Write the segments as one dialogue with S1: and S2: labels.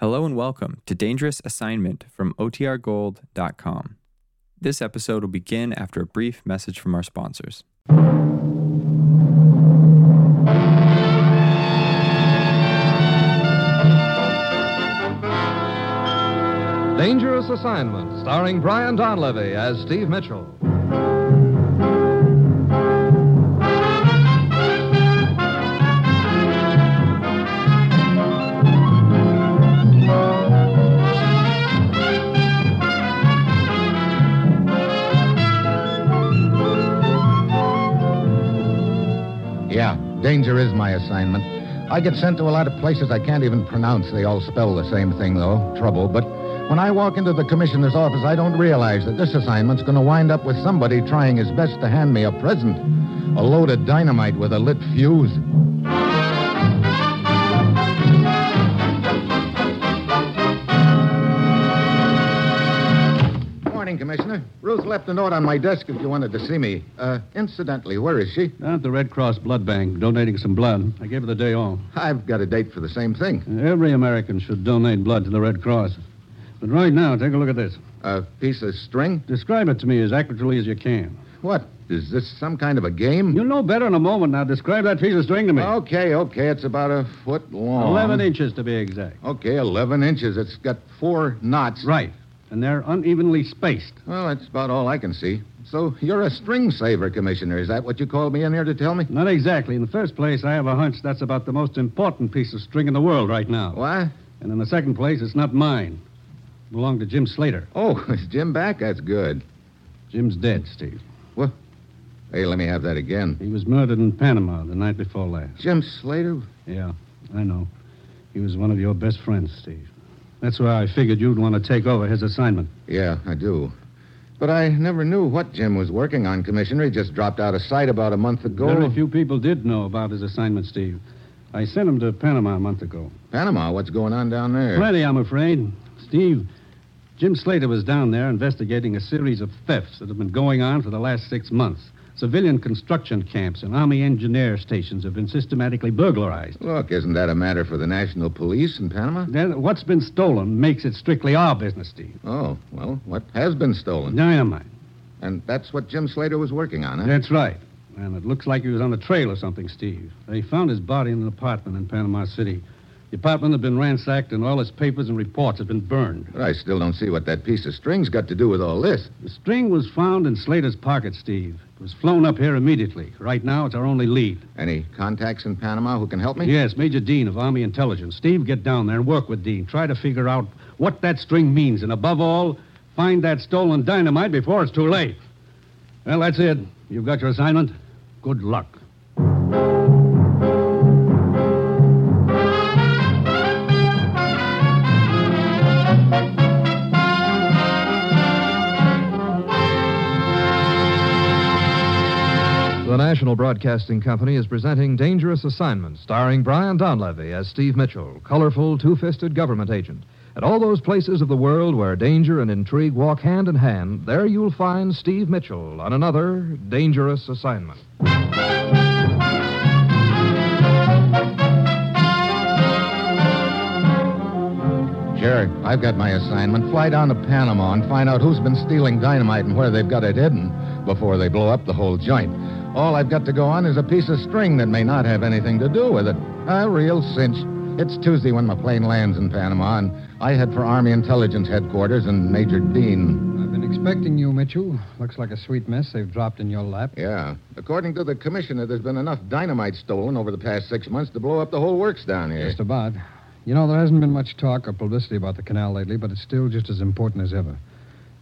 S1: Hello and welcome to Dangerous Assignment from OTRGold.com. This episode will begin after a brief message from our sponsors.
S2: Dangerous Assignment, starring Brian Donlevy as Steve Mitchell.
S3: Yeah, danger is my assignment. I get sent to a lot of places I can't even pronounce. They all spell the same thing, though trouble. But when I walk into the commissioner's office, I don't realize that this assignment's going to wind up with somebody trying his best to hand me a present a load of dynamite with a lit fuse. Morning, Commissioner. Ruth left a note on my desk if you wanted to see me. Uh, incidentally, where is she?
S4: Down at the Red Cross Blood Bank, donating some blood. I gave her the day off.
S3: I've got a date for the same thing.
S4: Every American should donate blood to the Red Cross. But right now, take a look at this.
S3: A piece of string?
S4: Describe it to me as accurately as you can.
S3: What? Is this some kind of a game?
S4: You'll know better in a moment. Now, describe that piece of string to me.
S3: Okay, okay. It's about a foot long.
S4: 11 inches, to be exact.
S3: Okay, 11 inches. It's got four knots.
S4: Right. And they're unevenly spaced.
S3: Well, that's about all I can see. So you're a string saver, Commissioner. Is that what you called me in here to tell me?
S4: Not exactly. In the first place, I have a hunch that's about the most important piece of string in the world right now.
S3: Why?
S4: And in the second place, it's not mine. It belonged to Jim Slater.
S3: Oh, is Jim back? That's good.
S4: Jim's dead, Steve.
S3: Hey, let me have that again.
S4: He was murdered in Panama the night before last.
S3: Jim Slater?
S4: Yeah, I know. He was one of your best friends, Steve. That's why I figured you'd want to take over his assignment.
S3: Yeah, I do. But I never knew what Jim was working on, Commissioner. He just dropped out of sight about a month ago.
S4: Very few people did know about his assignment, Steve. I sent him to Panama a month ago.
S3: Panama, what's going on down there?
S4: Plenty, I'm afraid. Steve, Jim Slater was down there investigating a series of thefts that have been going on for the last six months. Civilian construction camps and Army engineer stations have been systematically burglarized.
S3: Look, isn't that a matter for the National Police in Panama?
S4: Then what's been stolen makes it strictly our business, Steve.
S3: Oh, well, what has been stolen?
S4: Dynamite.
S3: And that's what Jim Slater was working on, huh?
S4: That's right. And it looks like he was on a trail or something, Steve. They found his body in an apartment in Panama City. The apartment had been ransacked, and all his papers and reports had been burned.
S3: But I still don't see what that piece of string's got to do with all this.
S4: The string was found in Slater's pocket, Steve. It was flown up here immediately. Right now, it's our only lead.
S3: Any contacts in Panama who can help me?
S4: Yes, Major Dean of Army Intelligence. Steve, get down there and work with Dean. Try to figure out what that string means, and above all, find that stolen dynamite before it's too late. Well, that's it. You've got your assignment. Good luck.
S2: The National Broadcasting Company is presenting Dangerous Assignment, starring Brian Donlevy as Steve Mitchell, colorful, two fisted government agent. At all those places of the world where danger and intrigue walk hand in hand, there you'll find Steve Mitchell on another Dangerous Assignment.
S3: Sure, I've got my assignment. Fly down to Panama and find out who's been stealing dynamite and where they've got it hidden before they blow up the whole joint. All I've got to go on is a piece of string that may not have anything to do with it. A real cinch. It's Tuesday when my plane lands in Panama, and I head for Army Intelligence Headquarters and Major Dean.
S5: I've been expecting you, Mitchell. Looks like a sweet mess they've dropped in your lap.
S3: Yeah. According to the commissioner, there's been enough dynamite stolen over the past six months to blow up the whole works down here.
S5: Just about. You know, there hasn't been much talk or publicity about the canal lately, but it's still just as important as ever.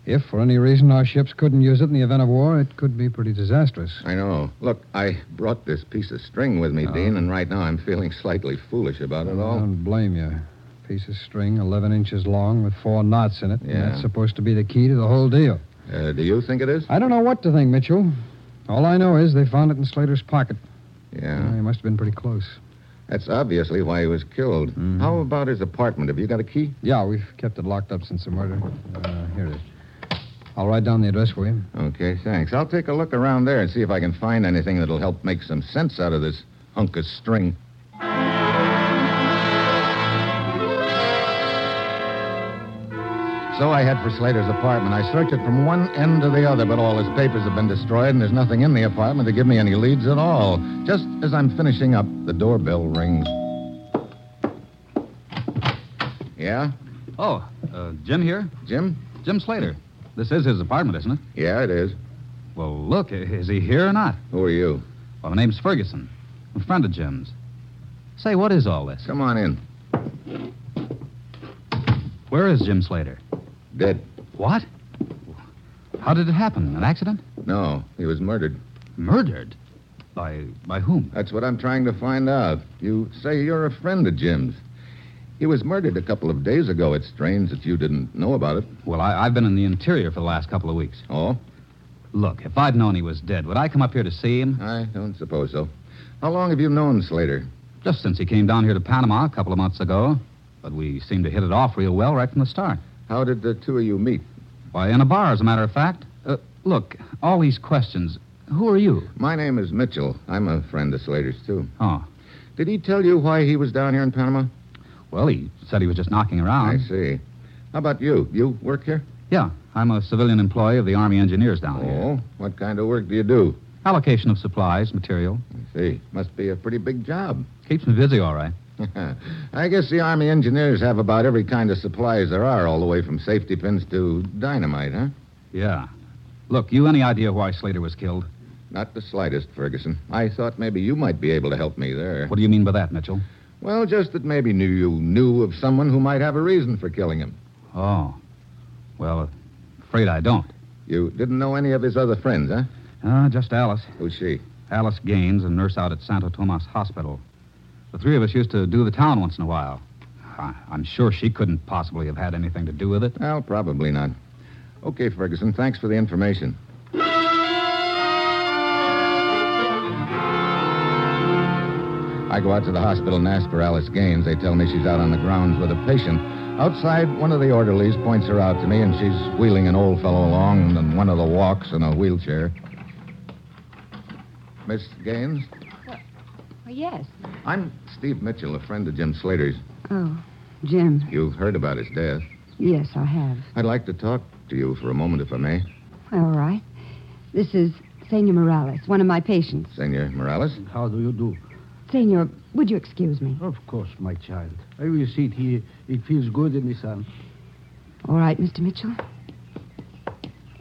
S5: If, for any reason, our ships couldn't use it in the event of war, it could be pretty disastrous.
S3: I know. Look, I brought this piece of string with me,
S5: Oh.
S3: Dean, and right now I'm feeling slightly foolish about it
S5: I
S3: all.
S5: don't blame you. Piece of string, 11 inches long, with four knots in it. and
S3: Yeah.
S5: that's supposed to be the key to the whole deal.
S3: Uh, do you think it is?
S5: I don't know what to think, Mitchell. All I know is they found it in Slater's pocket.
S3: Yeah.
S5: They must have been pretty close.
S3: That's obviously why he was killed. How about his apartment? Have you got a key?
S5: Yeah, we've kept it locked up since the murder. Uh, here it is. I'll write down the address for you.
S3: Okay, thanks. I'll take a look around there and see if I can find anything that'll help make some sense out of this hunk of string. So I head for Slater's apartment. I search it from one end to the other, but all his papers have been destroyed, and there's nothing in the apartment to give me any leads at all. Just as I'm finishing up, the doorbell rings. Yeah?
S6: Oh, uh, Jim here?
S3: Jim?
S6: Jim Slater. This is his apartment, isn't it?
S3: Yeah, it is.
S6: Well, look, i- is he here or not?
S3: Who are you?
S6: Well, my name's Ferguson. I'm a friend of Jim's. Say, what is all this?
S3: Come on in.
S6: Where is Jim Slater?
S3: Dead.
S6: What? How did it happen? An accident?
S3: No, he was murdered.
S6: Murdered? By by whom?
S3: That's what I'm trying to find out. You say you're a friend of Jim's. He was murdered a couple of days ago. It's strange that you didn't know about it.
S6: Well, I, I've been in the interior for the last couple of weeks.
S3: Oh?
S6: Look, if I'd known he was dead, would I come up here to see him?
S3: I don't suppose so. How long have you known Slater?
S6: Just since he came down here to Panama a couple of months ago. But we seemed to hit it off real well right from the start.
S3: How did the two of you meet?
S6: Why, in a bar, as a matter of fact. Uh, look, all these questions. Who are you?
S3: My name is Mitchell. I'm a friend of Slater's, too.
S6: Oh,
S3: Did he tell you why he was down here in Panama?
S6: well, he said he was just knocking
S3: I
S6: around.
S3: see. How about you? You work here?
S6: Yeah, I'm a civilian employee of the Army Engineers down here.
S3: Oh, what kind of work do you do?
S6: Allocation of supplies, material.
S3: I see. Must be a pretty big job.
S6: Keeps me busy, all right.
S3: I guess the Army engineers have about every kind of supplies there are, all the way from safety pins to dynamite, huh?
S6: Yeah. Look, you any idea why Slater was killed?
S3: Not the slightest, Ferguson. I thought maybe you might be able to help me there.
S6: What do you mean by that, Mitchell?
S3: Well, just that maybe knew you knew of someone who might have a reason for killing him.
S6: Oh. Well, afraid I don't.
S3: You didn't know any of his other friends, huh?
S6: Uh, just Alice.
S3: Who's she?
S6: Alice Gaines, a nurse out at Santo Tomas Hospital. The three of us used to do the town once in a while. I, I'm sure she couldn't possibly have had anything to do with it.
S3: Well, probably not. Okay, Ferguson, thanks for the information. I go out to the hospital and ask for Alice Gaines. They tell me she's out on the grounds with a patient. Outside, one of the orderlies points her out to me, and she's wheeling an old fellow along on one of the walks in a wheelchair. Miss Gaines,
S7: Well, yes.
S3: I'm Steve Mitchell, a friend of Jim Slater's.
S7: Oh, Jim.
S3: You've heard about his death.
S7: Yes, I have.
S3: I'd like to talk to you for a moment, if I may.
S7: All right. This is Senor Morales, one of my patients.
S3: Senor Morales?
S8: How do you do?
S7: Senor, would you excuse me?
S8: Of course, my child. I will sit here. It feels good in the sun.
S7: All right, Mr. Mitchell.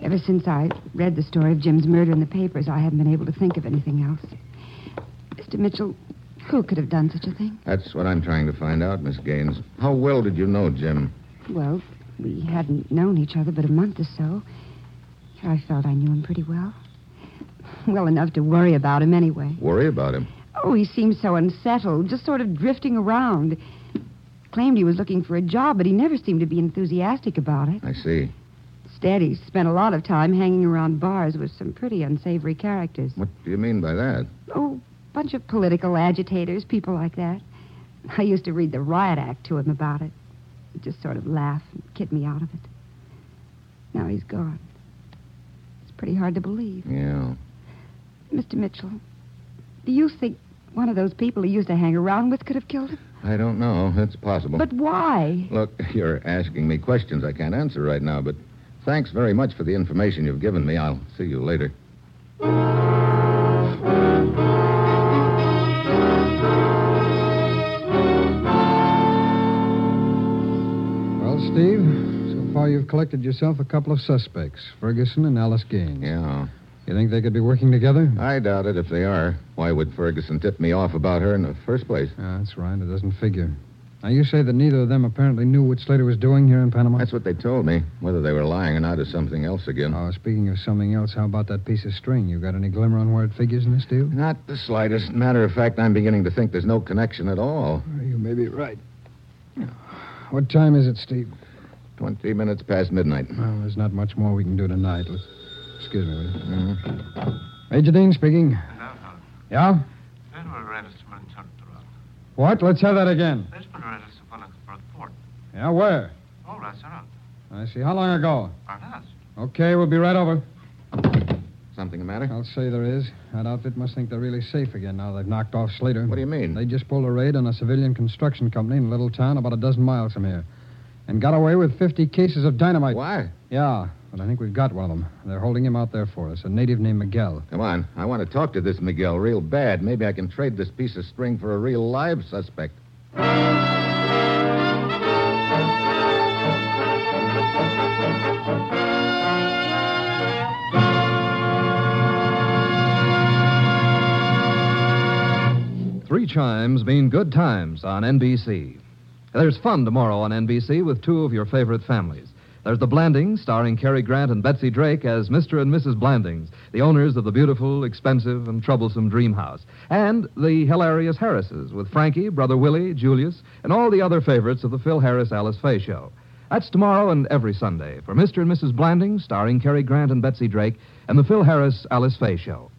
S7: Ever since I read the story of Jim's murder in the papers, I haven't been able to think of anything else. Mr. Mitchell, who could have done such a thing?
S3: That's what I'm trying to find out, Miss Gaines. How well did you know Jim?
S7: Well, we hadn't known each other but a month or so. I felt I knew him pretty well. Well enough to worry about him anyway.
S3: Worry about him.
S7: Oh, he seemed so unsettled, just sort of drifting around. Claimed he was looking for a job, but he never seemed to be enthusiastic about it.
S3: I see.
S7: Instead, he spent a lot of time hanging around bars with some pretty unsavory characters.
S3: What do you mean by that?
S7: Oh, bunch of political agitators, people like that. I used to read the riot act to him about it. He'd just sort of laugh and kid me out of it. Now he's gone. It's pretty hard to believe.
S3: Yeah.
S7: Mr. Mitchell, do you think one of those people he used to hang around with could have killed him?
S3: I don't know. It's possible.
S7: But why?
S3: Look, you're asking me questions I can't answer right now, but thanks very much for the information you've given me. I'll see you later.
S4: Well, Steve, so far you've collected yourself a couple of suspects Ferguson and Alice Gaines.
S3: Yeah.
S4: You think they could be working together?
S3: I doubt it if they are. Why would Ferguson tip me off about her in the first place?
S4: Yeah, Uh, that's right. It doesn't figure. Now, you say that neither of them apparently knew what Slater was doing here in Panama?
S3: That's what they told me. Whether they were lying or not is something else again.
S4: Oh, speaking of something else, how about that piece of string? You got any glimmer on where it figures in this deal?
S3: Not the slightest. Matter of fact, I'm beginning to think there's no connection at all.
S4: You may be right. What time is it, Steve?
S3: Twenty minutes past midnight.
S4: Well, there's not much more we can do tonight. Let's... Excuse me, will you? Major Dean speaking. Yeah? What? Let's have that again. Yeah, where? I see. How long ago? Okay, we'll be right over.
S3: Something the matter?
S4: I'll say there is. That outfit must think they're really safe again now they've knocked off Slater.
S3: What do you mean?
S4: They just pulled a raid on a civilian construction company in a little town about a dozen miles from here.
S6: and got away with 50 cases of dynamite.
S3: Why?
S6: Yeah, but I think we've got one of them. They're holding him out there for us, a native named Miguel.
S3: Come on. I want to talk to this Miguel real bad. Maybe I can trade this piece of string for a real live suspect.
S9: Three chimes mean good times on NBC. There's fun tomorrow on NBC with two of your favorite families. There's The Blandings, starring Cary Grant and Betsy Drake as Mr. and Mrs. Blandings, the owners of the beautiful, expensive, and troublesome dream house. And The Hilarious Harrises with Frankie, Brother Willie, Julius, and all the other favorites of the Phil Harris Alice Faye Show. That's tomorrow and every Sunday for Mr. and Mrs. Blandings, starring Cary Grant and Betsy Drake, and the Phil Harris Alice Faye Show.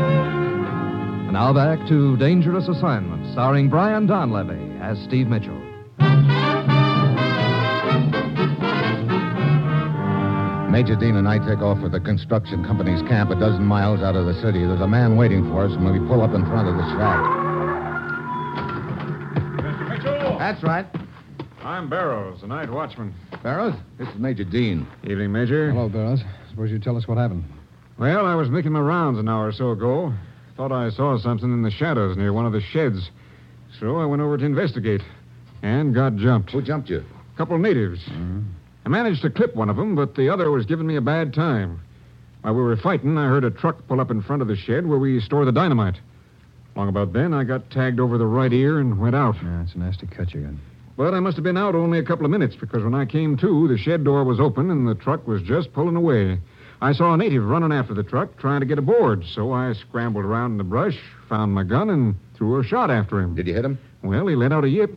S9: And now back to Dangerous Assignment, starring Brian Donlevy as Steve Mitchell.
S3: Major Dean and I take off for the construction company's camp a dozen miles out of the city. There's a man waiting for us when we pull up in front of the shack. That's right.
S4: I'm Barrows, the night watchman.
S3: Barrows, this is Major Dean.
S4: Evening, Major.
S6: Hello, Barrows. Suppose you tell us what happened.
S4: Well, I was making my rounds an hour or so ago. Thought I saw something in the shadows near one of the sheds. So I went over to investigate and got jumped.
S3: Who jumped you?
S4: A couple of natives.
S6: Mm-hmm.
S4: I managed to clip one of them, but the other was giving me a bad time. While we were fighting, I heard a truck pull up in front of the shed where we store the dynamite. Long about then, I got tagged over the right ear and went out.
S6: Yeah, it's a nasty cut you got.
S4: But I must have been out only a couple of minutes because when I came to, the shed door was open and the truck was just pulling away. I saw a native running after the truck trying to get aboard, so I scrambled around in the brush, found my gun, and threw a shot after him.
S3: Did you hit him?
S4: Well, he let out a yip.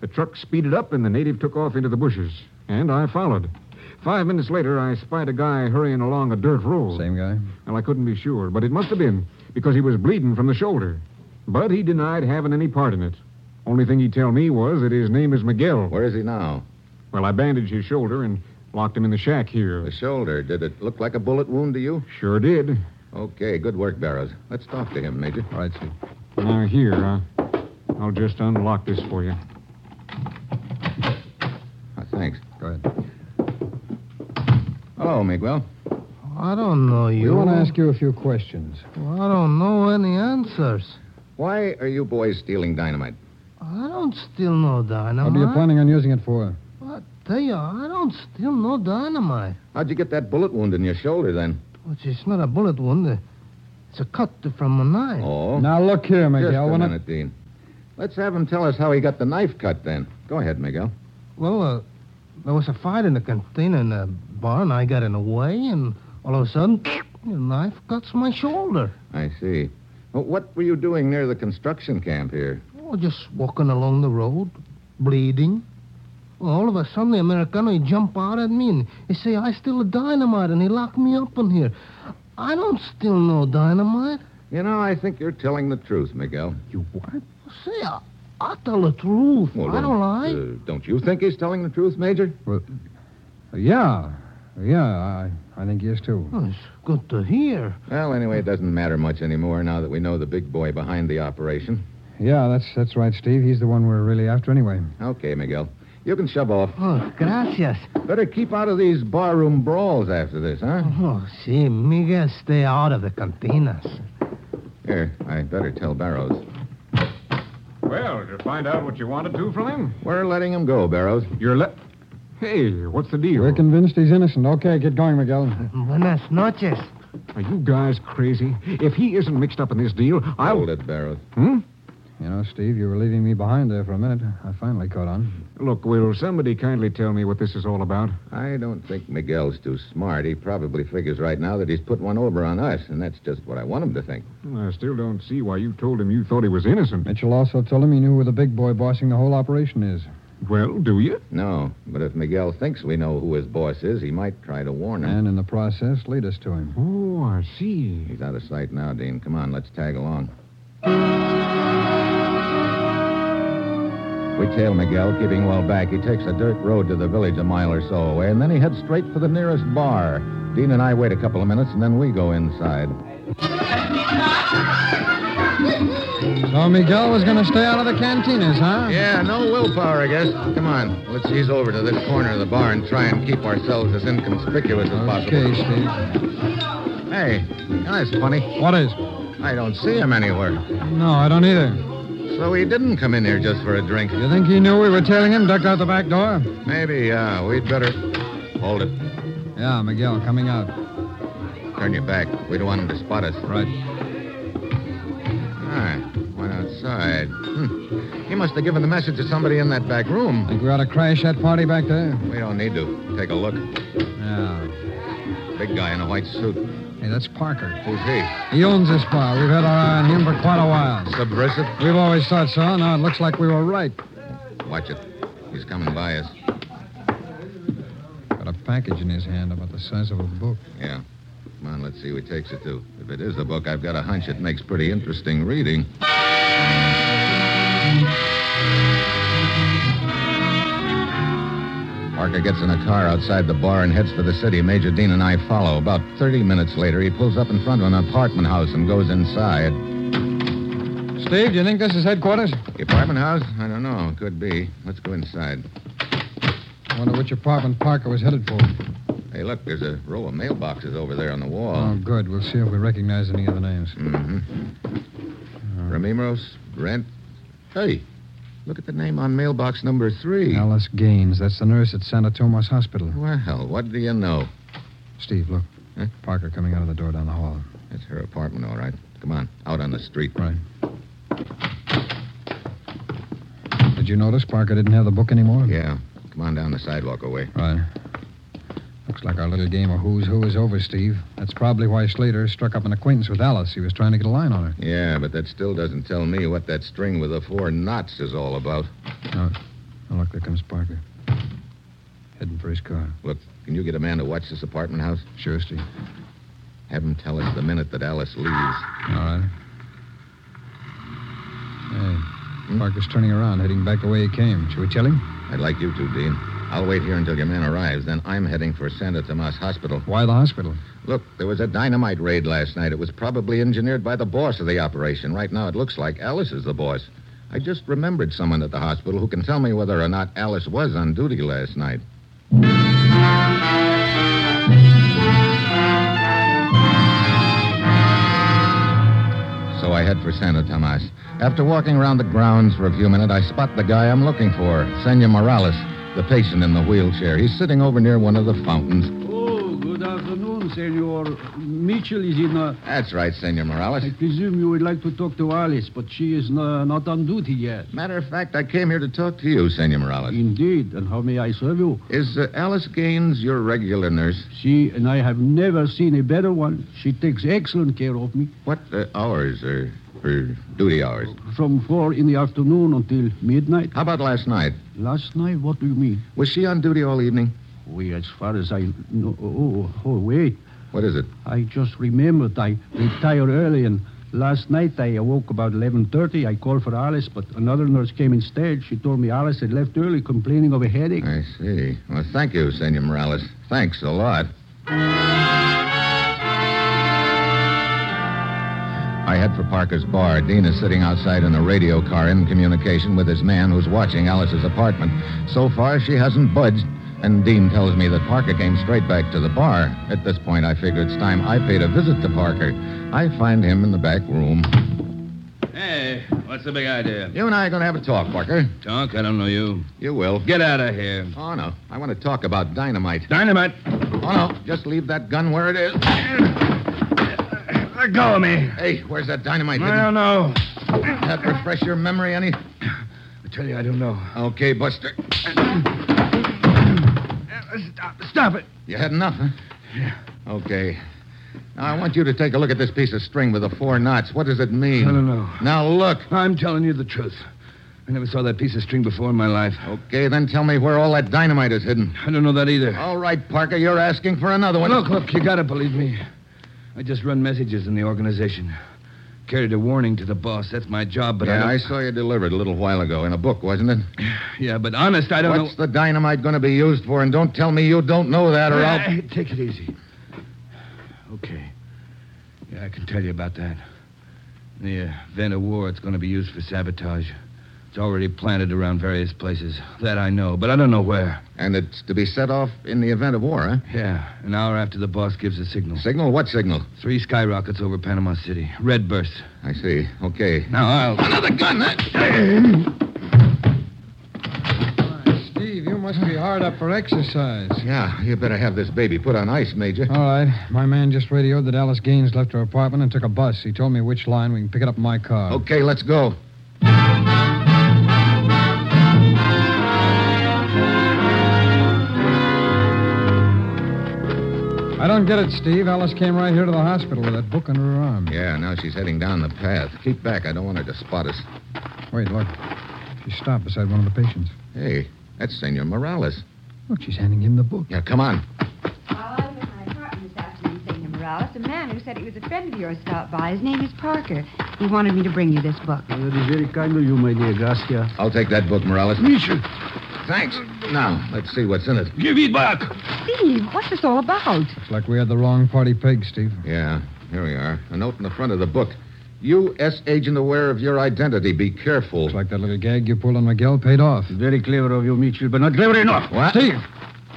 S4: The truck speeded up and the native took off into the bushes, and I followed. Five minutes later, I spied a guy hurrying along a dirt road.
S6: Same guy?
S4: Well, I couldn't be sure, but it must have been because he was bleeding from the shoulder. But he denied having any part in it. Only thing he'd tell me was that his name is Miguel.
S3: Where is he now?
S4: Well, I bandaged his shoulder and locked him in the shack here.
S3: The shoulder. Did it look like a bullet wound to you?
S4: Sure did.
S3: Okay, good work, Barrows. Let's talk to him, Major.
S6: All right, Steve.
S4: Now, here, uh, I'll just unlock this for you.
S3: Ah, thanks.
S6: Go ahead.
S3: Hello, Miguel.
S10: I don't know
S6: We
S10: you.
S6: want to ask you a few questions.
S10: Well, I don't know any answers.
S3: Why are you boys stealing dynamite?
S10: I don't steal no dynamite.
S6: What are you planning on using it for?
S10: I tell you, I don't steal no dynamite.
S3: How'd you get that bullet wound in your shoulder then?
S10: Which is not a bullet wound. uh, It's a cut from a knife.
S3: Oh,
S6: Now, look here,
S3: just
S6: Miguel.
S3: a
S6: we're not-
S3: minute, Dean. Let's have him tell us how he got the knife cut then. Go ahead, Miguel.
S10: Well, uh, there was a fight in the canteen in the barn. I got in the way, and all of a sudden, the knife cuts my shoulder.
S3: I see. Well, what were you doing near the construction camp here?
S10: Oh, just walking along the road, bleeding. All of a sudden, the Americano, he jump out at me and he say, I steal dynamite, and he lock me up in here. I don't steal no dynamite.
S3: You know, I think you're telling the truth, Miguel.
S6: You what?
S10: Say, I, I tell the truth.
S3: Well,
S10: I don't lie.
S3: Uh, don't you think he's telling the truth, Major?
S6: Yeah. Yeah, I, I think he is, too.
S10: Oh, it's good to hear.
S3: Well, anyway, it doesn't matter much anymore now that we know the big boy behind the operation.
S6: Yeah, that's that's right, Steve. He's the one we're really after anyway.
S3: Okay, Miguel. You can shove off.
S10: Oh, gracias.
S3: Better keep out of these barroom brawls after this, huh?
S10: Oh, si, Miguel, stay out of the cantinas.
S3: Here, I better tell Barrows.
S4: Well, to find out what you wanted to from him?
S3: We're letting him go, Barrows.
S4: You're le. Hey, what's the deal?
S6: We're convinced he's innocent. Okay, get going, Miguel.
S10: Buenas noches.
S4: Are you guys crazy? If he isn't mixed up in this deal, I'll.
S3: Hold it, Barrows.
S6: You know, Steve, you were leaving me behind there for a minute. I finally caught on.
S4: Look, will somebody kindly tell me what this is all about?
S3: I don't think Miguel's too smart. He probably figures right now that he's put one over on us, and that's just what I want him to think.
S4: I still don't see why you told him you thought he was innocent.
S6: Mitchell also told him he knew who the big boy bossing the whole operation is.
S4: Well, do you?
S3: No, but if Miguel thinks we know who his boss is, he might try to warn him.
S6: And in the process, lead us to him.
S4: Oh, I see.
S3: He's out of sight now, Dean. Come on, let's tag along. We tail Miguel, keeping well back. He takes a dirt road to the village a mile or so away, and then he heads straight for the nearest bar. Dean and I wait a couple of minutes, and then we go inside.
S4: So Miguel was going to stay out of the cantinas, huh?
S3: Yeah, no willpower, I guess. Come on, let's ease over to this corner of the bar and try and keep ourselves as inconspicuous as possible.
S4: Okay, Steve.
S3: Hey, that's funny.
S4: What is?
S3: I don't see him anywhere.
S4: No, I don't either.
S3: So he didn't come in here just for a drink.
S4: You think he knew we were tailing him, ducked out the back door?
S3: Maybe, uh, we'd better hold it.
S4: Yeah, Miguel coming out.
S3: Turn your back. We don't want him to spot us.
S4: Right.
S3: Ah, went outside. Hmm. He must have given the message to somebody in that back room.
S4: Think we ought to crash that party back there?
S3: We don't need to. Take a look.
S4: Yeah.
S3: Big guy in a white suit.
S4: Hey, that's Parker.
S3: Who's he?
S4: He owns this bar. We've had our eye on him for quite a while.
S3: Subversive?
S4: We've always thought so. Now it looks like we were right.
S3: Watch it. He's coming by us.
S4: Got a package in his hand about the size of a book.
S3: Yeah. Come on, let's see what he takes it to. If it is a book, I've got a hunch it makes pretty interesting reading. Parker gets in a car outside the bar and heads for the city. Major Dean and I follow. About 30 minutes later, he pulls up in front of an apartment house and goes inside.
S4: Steve, do you think this is headquarters?
S3: The apartment house? I don't know. Could be. Let's go inside.
S4: I wonder which apartment Parker was headed for.
S3: Hey, look, there's a row of mailboxes over there on the
S4: Oh,
S3: wall.
S4: good. We'll see if we recognize any of the names.
S3: Mm-hmm. Ramimos, Mm-hmm. Brent. Hey, look at the name on mailbox number three.
S4: Alice Gaines. That's the nurse at Santa Tomas Hospital.
S3: Well, what do you know?
S4: Steve, look.
S3: Huh?
S4: Parker coming out of the door down the hall.
S3: It's her apartment, all right. Come on, out on the street.
S4: Right. Did you notice Parker didn't have the book anymore?
S3: Yeah, come on down the sidewalk away.
S4: Right. Looks like our little game of who's who is over, Steve. That's probably why Slater struck up an acquaintance with Alice. He was trying to get a line on her.
S3: Yeah, but that still doesn't tell me what that string with the four knots is all about.
S4: Oh, look, there comes Parker. Heading for his car.
S3: Look, can you get a man to watch this apartment house?
S4: Sure, Steve.
S3: Have him tell us the minute that Alice leaves.
S4: All right. Hey, Parker's turning around, heading back the way he came. Should we tell him?
S3: I'd like you to, Dean. I'll wait here until your man arrives. Then I'm heading for Santa Tomas Hospital.
S4: Why the hospital?
S3: Look, there was a dynamite raid last night. It was probably engineered by the boss of the operation. Right now, it looks like Alice is the boss. I just remembered someone at the hospital who can tell me whether or not Alice was on duty last night. So I head for Santa Tomas. After walking around the grounds for a few minutes, I spot the guy I'm looking for, Senor Morales, the patient in the wheelchair. He's sitting over near one of the fountains.
S6: Oh, good afternoon, Senor. Mitchell is in. A...
S3: That's right, Senor Morales.
S6: I presume you would like to talk to Alice, but she is no- not on duty yet.
S3: Matter of fact, I came here to talk to you, Senor Morales.
S6: Indeed. And how may I serve you?
S3: Is uh, Alice Gaines your regular nurse?
S6: She and I have never seen a better one. She takes excellent care of me
S3: What uh, hours are her duty hours?
S6: from four in the afternoon until midnight.
S3: How about last night?
S6: Last night, what do you mean?
S3: Was she on duty all evening?
S6: We, as far as I know. Oh, oh, wait.
S3: What is it?
S6: I just remembered I retired early, and last night I awoke about 11.30. I called for Alice, but another nurse came instead. She told me Alice had left early complaining of a headache.
S3: I see. Well, thank you, Senor Morales. Thanks a lot. I head for Parker's bar. Dean is sitting outside in a radio car in communication with his man who's watching Alice's apartment. So far, she hasn't budged, and Dean tells me that Parker came straight back to the bar. At this point, I figure it's time I paid a visit to Parker. I find him in the back room.
S11: Hey, what's the big idea?
S3: You and I are going to have a talk, Parker.
S11: Talk? I don't know you.
S3: You will.
S11: Get out of here.
S3: Oh, no. I want to talk about dynamite.
S11: Dynamite.
S3: Oh, no. Just leave that gun where it is.
S11: Let go of me.
S3: Hey, where's that dynamite?
S11: I don't know.
S3: Didn't that refresh your memory any?
S11: I tell you, I don't know.
S3: Okay, Buster.
S11: Stop, stop it.
S3: You had enough, huh? Yeah. Okay. Now, I want you to take a look at this piece of string with the four knots. What does it mean?
S11: I don't know.
S3: Now, look.
S11: I'm telling you the truth. I never saw that piece of string before in my life.
S3: Okay, then tell me where all that dynamite is hidden.
S11: I don't know that either.
S3: All right, Parker, you're asking for another one.
S11: Look, look, you gotta believe me. I just run messages in the organization. Carried a warning to the boss. That's my job, but
S3: yeah, I,
S11: I.
S3: saw you delivered a little while ago in a book, wasn't it?
S11: don't- Yeah, but honest, I don't
S3: What's the dynamite going to be used for? And don't tell me you don't know that,
S11: know.
S3: or I'll.
S11: Hey, take it easy. Okay. Yeah, I can tell you about that. The event of war, it's going to be used for sabotage. It's already planted around various places. That I know, but I don't know where.
S3: And it's to be set off in the event of war, huh?
S11: Yeah, an hour after the boss gives the signal.
S3: Signal? What signal?
S11: Three skyrockets over Panama City. Red bursts.
S3: I see. Okay.
S11: Now I'll.
S3: Another gun!
S4: Steve, you must be hard up for exercise.
S3: Yeah, you better have this baby put on ice, Major.
S11: Oh.
S4: All right. My man just radioed that Alice Gaines left her apartment and took a bus. He told me which line. We can pick it up in my car.
S3: Okay, let's go.
S4: I don't get it, Steve. Alice came right here to the hospital with that book under her arm.
S3: Yeah, now she's heading down the path. Keep back. I don't want her to spot us.
S4: Wait, look. She stopped beside one of the patients.
S3: Hey, that's Senor Morales.
S4: Look, she's handing him the book.
S3: Yeah, come on.
S7: Well, I was in my apartment this afternoon, Senor Morales. A man who said he was a friend of yours stopped by. His name is Parker. He wanted me to bring you this book.
S6: That is very kind of you, my dear. Gracias.
S3: I'll take that book, Morales.
S11: Misha,
S3: Thanks. Now, let's see what's in it.
S11: give it back!
S7: Steve, what's this all about?
S4: Looks like we had the wrong party peg, Steve.
S3: Yeah, here we are. A note in the front of the book. U.S. agent aware of your identity. Be careful.
S4: Looks like that little gag you pulled on Miguel paid off.
S6: Very clever of you, Mitchell, but not clever enough.
S3: What? Steve!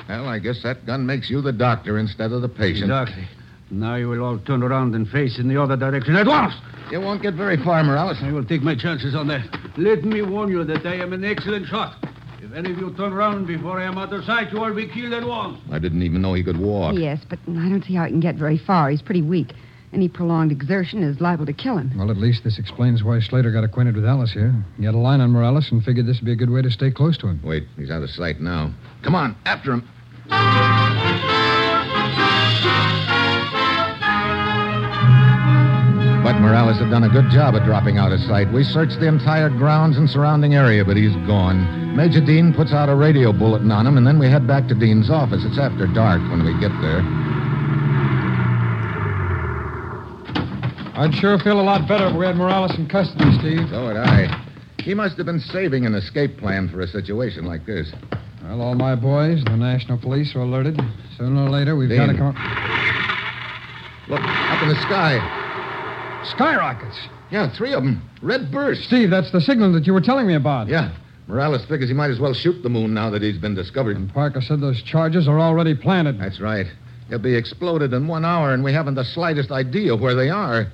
S3: Well, I guess that gun makes you the doctor instead of the patient.
S6: Exactly. Now you will all turn around and face in the other direction at once.
S3: You won't get very far, Morales.
S6: I will take my chances on that. Let me warn you that I am an excellent shot. If any of you turn around before I am out of sight, you will be killed at once.
S3: I didn't even know he could walk.
S7: Yes, but I don't see how he can get very far. He's pretty weak. Any prolonged exertion is liable to kill him.
S4: Well, at least this explains why Slater got acquainted with Alice here. He had a line on Morales and figured this would be a good way to stay close to him.
S3: Wait, he's out of sight now. Come on, after him. But Morales had done a good job at dropping out of sight. We searched the entire grounds and surrounding area, but he's gone. Major Dean puts out a radio bulletin on him, and then we head back to Dean's office. It's after dark when we get there.
S4: I'd sure feel a lot better if we had Morales in custody, Steve.
S3: So would I. He must have been saving an escape plan for a situation like this.
S4: Well, all my boys, the National Police are alerted. Sooner or later, we've got to
S3: Dean.
S4: come up.
S3: Look, up in the sky.
S4: Skyrockets!
S3: Yeah, three of them. Red bursts.
S4: Steve, that's the signal that you were telling me about.
S3: Yeah. Morales figures he might as well shoot the moon now that he's been discovered.
S4: And Parker said those charges are already planted.
S3: That's right. They'll be exploded in one hour, and we haven't the slightest idea where they are.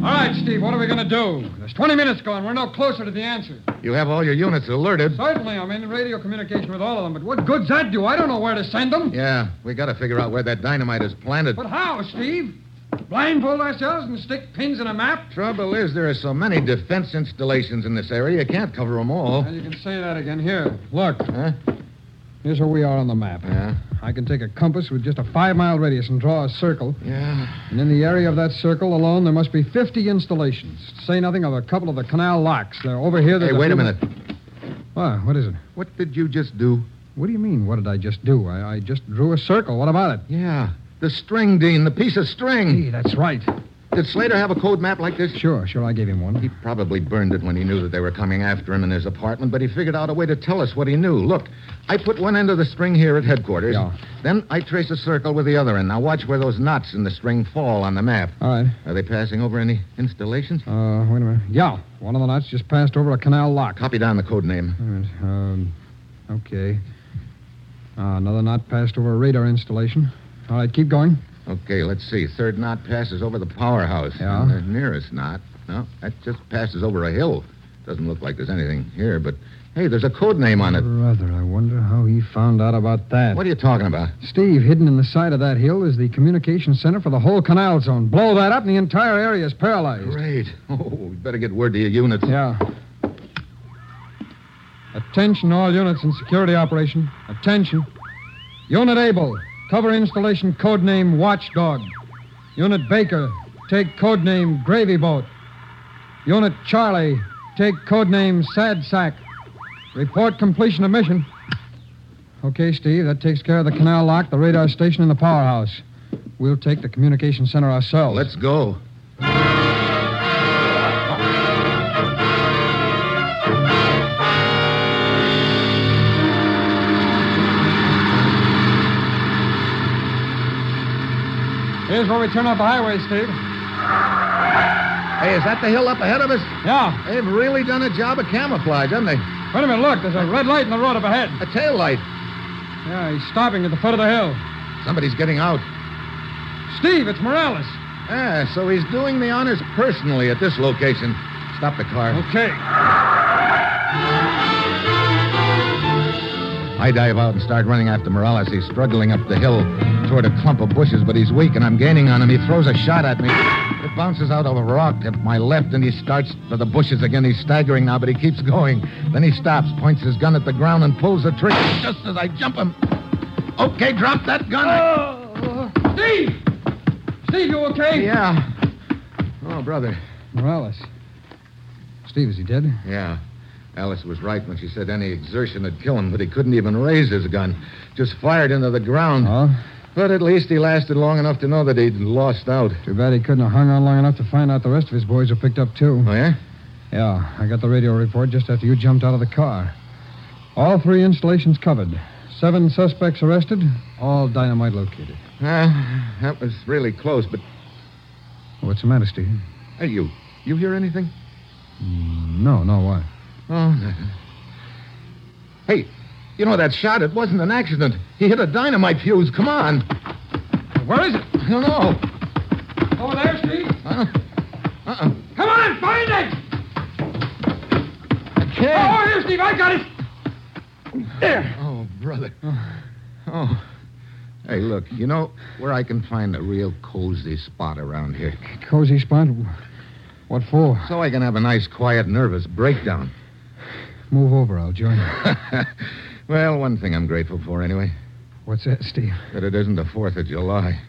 S4: All right, Steve, what are we going to do? There's 20 minutes gone. We're no closer to the answer.
S3: You have all your units alerted.
S4: Certainly, I'm in radio communication with all of them, but what good's that do? I don't know where to send them.
S3: Yeah, we gotta figure out where that dynamite is planted.
S4: But how, Steve? Blindfold ourselves and stick pins in a map?
S3: Trouble is, there are so many defense installations in this area, you can't cover them all.
S4: Well, you can say that again. Here, look.
S3: Huh?
S4: Here's where we are on the map.
S3: Yeah.
S4: I can take a compass with just a five mile radius and draw a circle.
S3: Yeah.
S4: And in the area of that circle alone, there must be 50 installations. Say nothing of a couple of the canal locks. They're over here.
S3: Hey,
S4: there's
S3: wait a
S4: few-
S3: minute.
S4: What? What is it?
S3: What did you just do?
S4: What do you mean? What did I just do? I, I just drew a circle. What about it?
S3: Yeah. The string, Dean, the piece of string.
S4: Gee, that's right.
S3: Did Slater have a code map like this?
S4: Sure, sure, I gave him one.
S3: He probably burned it when he knew that they were coming after him in his apartment, but he figured out a way to tell us what he knew. Look, I put one end of the string here at headquarters.
S4: Yeah.
S3: Then I trace a circle with the other end. Now watch where those knots in the string fall on the map.
S4: All right.
S3: Are they passing over any installations?
S4: Uh, wait a minute. Yeah, one of the knots just passed over a canal lock.
S3: Copy down the code name.
S4: All right. Um, okay. Uh, another knot passed over a radar installation. All right, keep going.
S3: Okay, let's see. Third knot passes over the powerhouse.
S4: Yeah.
S3: And the nearest knot. No, that just passes over a hill. Doesn't look like there's anything here, but hey, there's a code name on it.
S4: Rather, I wonder how he found out about that.
S3: What are you talking about?
S4: Steve, hidden in the side of that hill is the communication center for the whole canal zone. Blow that up, and the entire area is paralyzed.
S3: Great. Oh, we better get word to your units.
S4: Yeah. Attention, all units in security operation. Attention. Unit Able, cover installation codename Watchdog. Unit Baker, take codename Gravy Boat. Unit Charlie, take codename Sad Sack. Report completion of mission. Okay, Steve, that takes care of the canal lock, the radar station, and the powerhouse. We'll take the communication center ourselves.
S3: Let's go.
S6: Here's where we turn off the highway, Steve.
S12: Hey, is that the hill up ahead of us?
S6: Yeah.
S12: They've really done a job of camouflage, haven't they?
S6: Wait a minute, look. There's a red light in the road up ahead.
S12: A tail light.
S6: Yeah, he's stopping at the foot of the hill.
S12: Somebody's getting out.
S6: Steve, it's Morales.
S12: Ah, so he's doing the honors personally at this location. Stop the car.
S6: Okay.
S12: I dive out and start running after Morales. He's struggling up the hill toward a clump of bushes, but he's weak and I'm gaining on him. He throws a shot at me. It bounces out of a rock at my left and he starts for the bushes again. He's staggering now, but he keeps going. Then he stops, points his gun at the ground, and pulls the trigger just as I jump him. Okay, drop that gun.
S6: Oh, Steve! Steve, you okay?
S12: Yeah. Oh, brother.
S6: Morales. Steve, is he dead?
S12: Yeah. Alice was right when she said any exertion would kill him, but he couldn't even raise his gun. Just fired into the ground.
S6: Oh?
S12: But at least he lasted long enough to know that he'd lost out.
S6: Too bad he couldn't have hung on long enough to find out the rest of his boys were picked up, too.
S12: Oh, yeah?
S6: Yeah, I got the radio report just after you jumped out of the car. All three installations covered. Seven suspects arrested, all dynamite located.
S12: Ah, that was really close, but
S6: What's the matter, Steve?
S12: hey, you. You hear anything?
S6: Mm, No, no, why?
S12: Oh, nothing. Hey, you know that shot? It wasn't an accident. He hit a dynamite fuse. Come on.
S6: Where is it?
S12: I don't know.
S6: Over there, Steve.
S12: Uh, uh-uh.
S6: Come on, find it! Oh,
S12: I can't.
S6: here, Steve, I got it! There!
S12: Oh, brother. Oh. Hey, look, you know where I can find a real cozy spot around here?
S6: Cozy spot? What for?
S12: So I can have a nice, quiet, nervous breakdown.
S6: Move over, I'll join you.
S12: well, one thing I'm grateful for, anyway,
S6: What's that, Steve?
S12: that it isn't the 4th of July.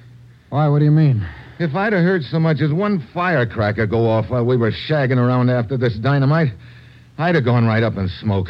S6: Why, what do you mean?
S12: If I'd have heard so much as one firecracker go off while we were shagging around after this dynamite, I'd have gone right up in smoke.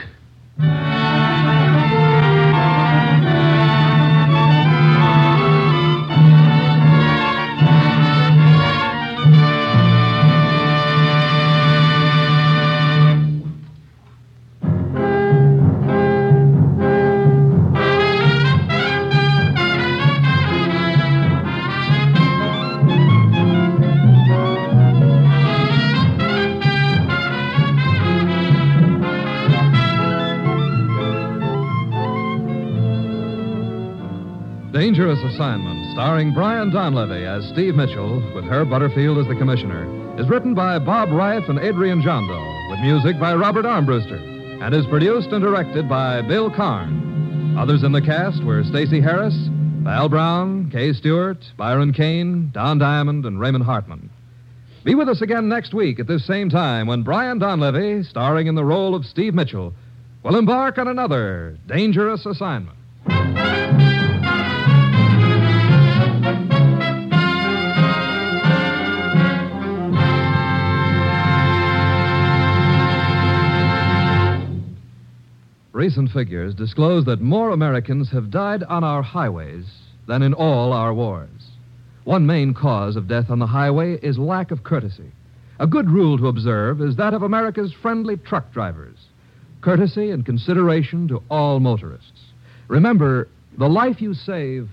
S3: Dangerous Assignment, starring Brian Donlevy as Steve Mitchell, with Herb Butterfield as the commissioner, is written by Bob Reif and Adrian Jondo, with music by Robert Armbruster, and is produced and directed by Bill Karn. Others in the cast were Stacy Harris, Val Brown, Kay Stewart, Byron Kane, Don Diamond, and Raymond Hartman. Be with us again next week at this same time when Brian Donlevy, starring in the role of Steve Mitchell, will embark on another dangerous assignment. Recent figures disclose that more Americans have died on our highways than in all our wars. One main cause of death on the highway is lack of courtesy. A good rule to observe is that of America's friendly truck drivers courtesy and consideration to all motorists. Remember, the life you save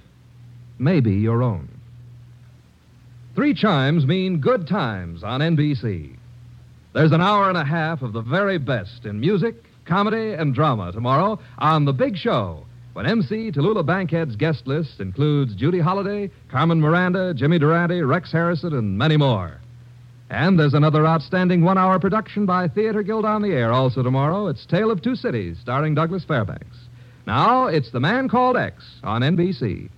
S3: may be your own. Three chimes mean good times on NBC. There's an hour and a half of the very best in music, comedy, and drama tomorrow on The Big Show when MC Tallulah Bankhead's guest list includes Judy Holliday, Carmen Miranda, Jimmy Durante, Rex Harrison, and many more. And there's another outstanding one hour production by Theater Guild on the Air also tomorrow. It's Tale of Two Cities, starring Douglas Fairbanks. Now, it's The Man Called X on NBC.